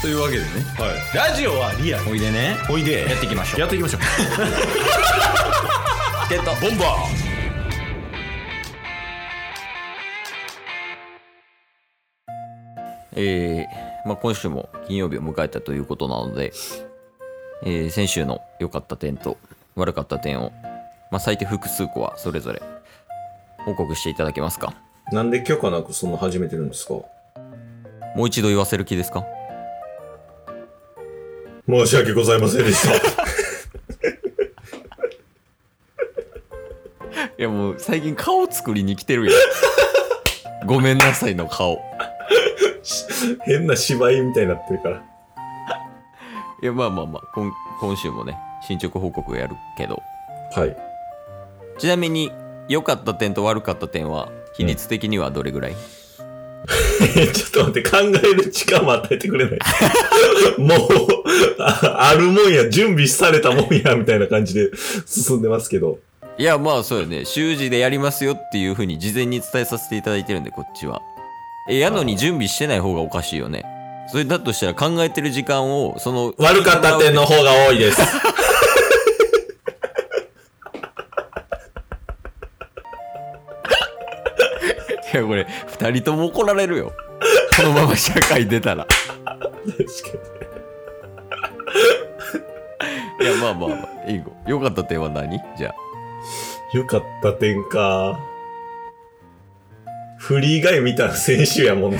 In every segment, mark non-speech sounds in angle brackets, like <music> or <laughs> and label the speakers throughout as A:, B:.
A: というわけでね
B: はい、ラジオはリアル
A: おいでね
B: おいで
A: やっていきましょう
B: やっていきましょう
A: ってた
B: ボンバ
A: えーまあ、今週も金曜日を迎えたということなので、えー先週の良かった点と悪かった点を、まあ、最低複数個はそれぞれ報告していただけますか
C: ーなんで許可なくそんな始めてるんですか
A: もう一度言わせる気ですか
C: 申し訳ございませんでした。 <laughs>
A: いやもう最近顔作りに来て <laughs> るやんごめんなさいの顔
C: 変な芝居みたいになってるから。
A: いやまあまあまあ今今週もね進捗報告やるけど
C: はい。
A: ちなみに良かった点と悪かった点は比率的にはどれぐらい、
C: <laughs> ちょっと待って、考える時間も与えてくれない。 <laughs> もうあ、あるもんや、準備されたもんや、みたいな感じで進んでますけど。
A: いやまあそうよね習字でやりますよっていうふうに事前に伝えさせていただいてるんでこっちはえやのに準備してない方がおかしいよねそれだとしたら考えてる時間をその
C: 悪かっ
A: <laughs>
C: た点の方が多
B: <laughs>
C: いです。
A: いやこれ2人とも怒られるよこのまま社会出たらいやまあまあまあいいよ良かった点は何じゃあ
C: よかった点か。フリー以外見たら先週やもんな。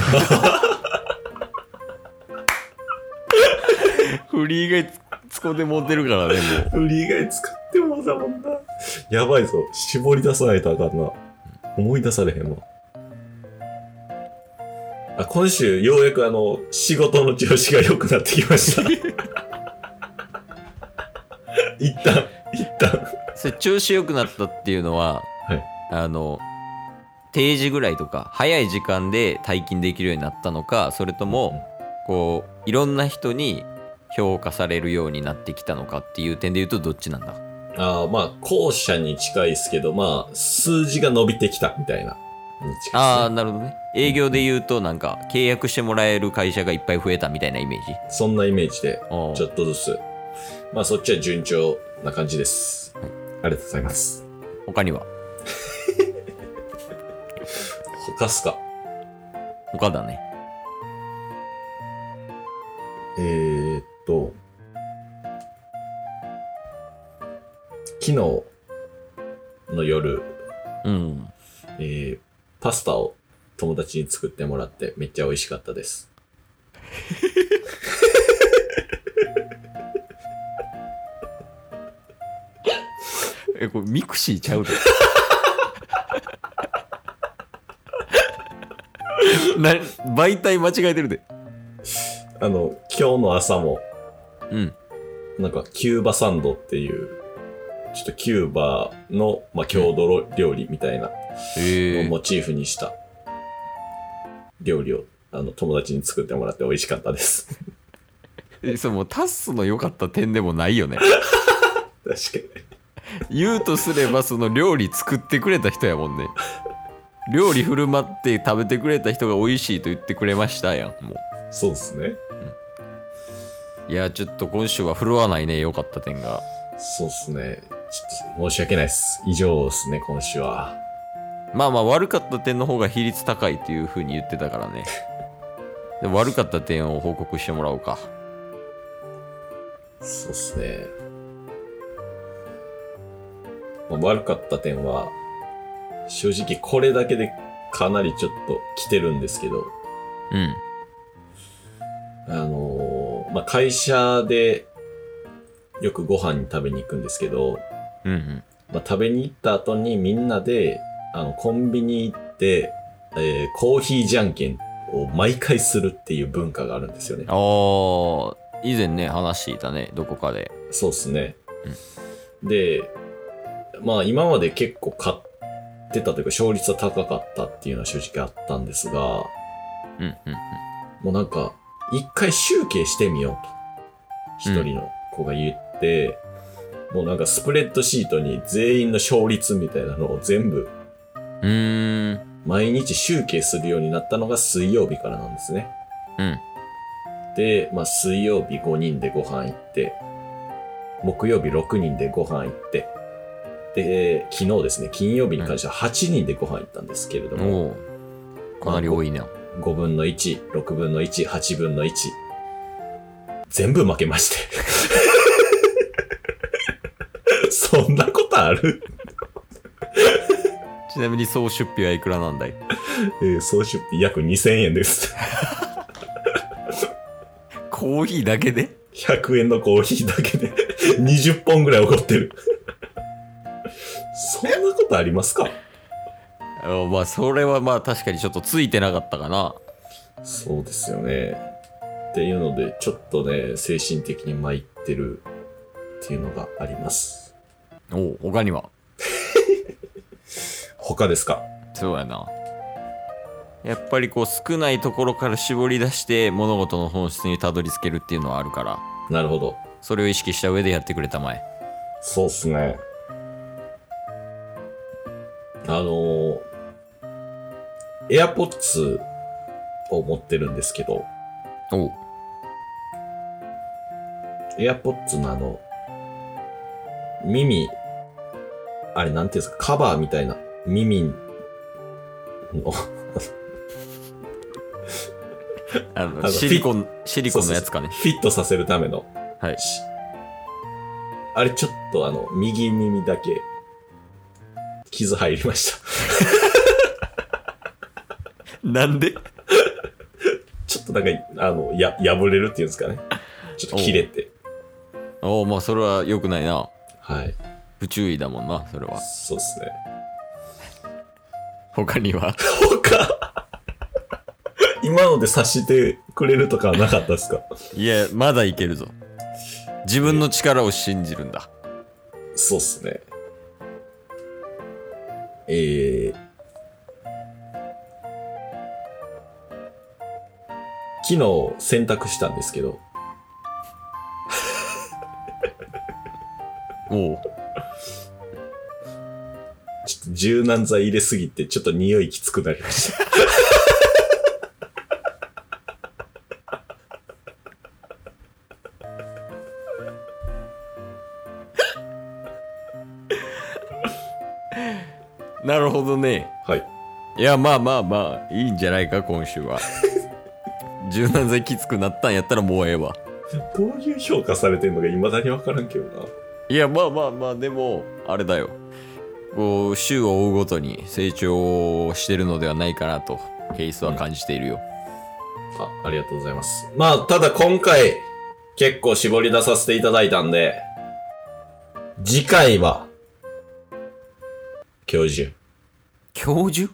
A: フリーがつ <laughs> こで持ってるからねも
C: フリー以外作ってもうだもんな。やばいぞ。絞り出さないとあかんな。思い出されへんわ。あ、今週、ようやくあの、仕事の調子が良くなってきま <laughs> した。一旦、一旦。
A: うそれ調子良くなったっていうのは、
C: はい
A: あの定時ぐらいとか早い時間で退勤できるようになったのかそれともこういろんな人に評価されるようになってきたのかっていう点で言うとどっちなんだ
C: ああ、まあ、後者に近いですけど、まあ、数字が伸びてきたみたいな。に近
A: ああ
C: いっ
A: なるほどね営業で言うとなんか契約してもらえる会社がいっぱい増えたみたいなイメージ
C: すねそんなイメージで、
A: おー
C: ちょっとずつ。まあ、そっちは順調な感じです。ありがとうございます。
A: 他には
C: 他っすか。
A: 他だね
C: えー、っと、昨日の夜、
A: うん
C: えーパスタを友達に作ってもらってめっちゃ美味しかったです。
A: <laughs> えこれミクシー <laughs> ちゃうでな媒体間違えてるで
C: あの、今日の朝も、
A: うん
C: なんかキューバサンドっていう、ちょっとキューバの、まあ、郷土料理みたいな
A: へ
C: を
A: え
C: モチーフにした料理を、あの、友達に作ってもらって美味しかったです。
A: えそれもうタッスの良かった点でもない <laughs> よね
C: 確かに。
A: 言うとすればその料理作ってくれた人やもんね料理振る舞って食べてくれた人が美味しいと言ってくれましたやんも
C: そうですね。
A: ういやちょっと今週は振るわないね良かった点が
C: そうっすね。ちょっと申し訳ないです。以上ですね、今週は。
A: まあまあ悪かった点の方が比率高いっていう風に言ってたからねで悪かった点を報告してもらおうか
C: そうっすね。まあ悪かった点は、正直これだけでかなりちょっと来てるんですけど、
A: うん
C: あのーまあ、会社でよくご飯に食べに行くんですけど、
A: うんうん
C: まあ、食べに行った後にみんなで、あの、コンビニ行って、えーコーヒーじゃんけんを毎回するっていう文化があるんですよね。
A: あー以前ね話していたねどこかで
C: そうっすね。で、まあ今まで結構勝ってたというか勝率は高かったっていうのは正直あったんですが、も
A: うんうんうん
C: うなんか、一回集計してみようと、
A: うん
C: 一人の子が言って、もうなんかスプレッドシートに全員の勝率みたいなのを全部
A: うーん
C: 毎日集計するようになったのが水曜日からなんですね。
A: うん
C: って、まあ、水曜日5人でご飯行って、木曜日6人でご飯行って、で、昨日ですね、金曜日に関しては8人でご飯行ったんですけれども、
A: おおかなり多いな
C: 5分の1、6分の1、8分の1。全部負けまして。そんなことある、
A: ちなみに総出費はいくらなんだい <laughs>
C: えー総出費約2000円です。
A: コーヒーだけで <laughs>
C: 100円のコーヒーだけで20本ぐらい怒ってる。そんなことありますか
A: あのまあそれはまあ確かにちょっとついてなかったかな
C: そうですよね。っていうので、ちょっとね、精神的に参ってるっていうのがあります。
A: おお他には
C: 他ですか
A: そうやなやっぱりこう少ないところから絞り出して物事の本質にたどり着けるっていうのはあるから
C: なるほど。
A: それを意識した上でやってくれたまえ
C: そうっすね。あのー、AirPods を持ってるんですけど、
A: おう
C: AirPods のあの、耳、あれなんていうんですか、カバーみたいな、耳の、
A: あ
C: あ
A: の
C: の
A: シリコンシリコンのやつかね
C: フィットさせるための。
A: はい
C: しあれちょっとあの、右耳だけ、傷入りました。 <laughs>
A: なんで
C: ちょっとなんか、あの、や、破れるっていうんですかね。ちょっと切れて。
A: おおまあそれは良くないな
C: はい。
A: 不注意だもんなそれは
C: そうですね。
A: 他には
C: 他、 <laughs> 今ので察してくれるとかはなかったですか
A: いやまだいけるぞ自分の力を信じるんだ
C: そうっすね。えー、昨日洗濯したんですけど、
A: おう
C: ちょっと柔軟剤入れすぎて、ちょっと匂いきつくなりました。
A: なるほどね
C: はい。
A: いやまあまあまあいいんじゃないか今週 <laughs> は柔軟剤きつくなったんやったらもうええわ
C: どういう評価されてんのか未だにわからんけどな。
A: いやまあまあまあでもあれだよこう週を追うごとに成長してるのではないかなとケースは感じているよ、
C: あ、ありがとうございます。まあ、ただ今回、結構絞り出させていただいたんで、次回は、教授。
A: 教授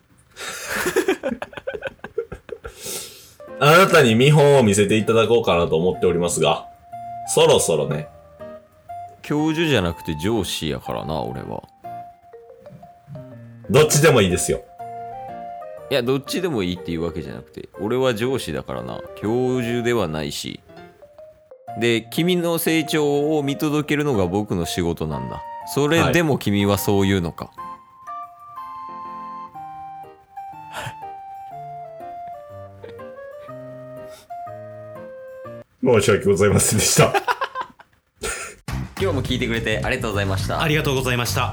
C: あなたに見本を見せていただこうかなと思っておりますが、そろそろね、
A: 教授じゃなくて上司やからな俺は
C: どっちでもいいですよ。
A: いやどっちでもいいっていうわけじゃなくて俺は上司だからな教授ではないしで君の成長を見届けるのが僕の仕事なんだそれでも君はそういうのか、
C: 申し訳ございませんでした。
A: 今日も聞いてくれてありがとうございました
B: ありがとうございました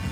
B: す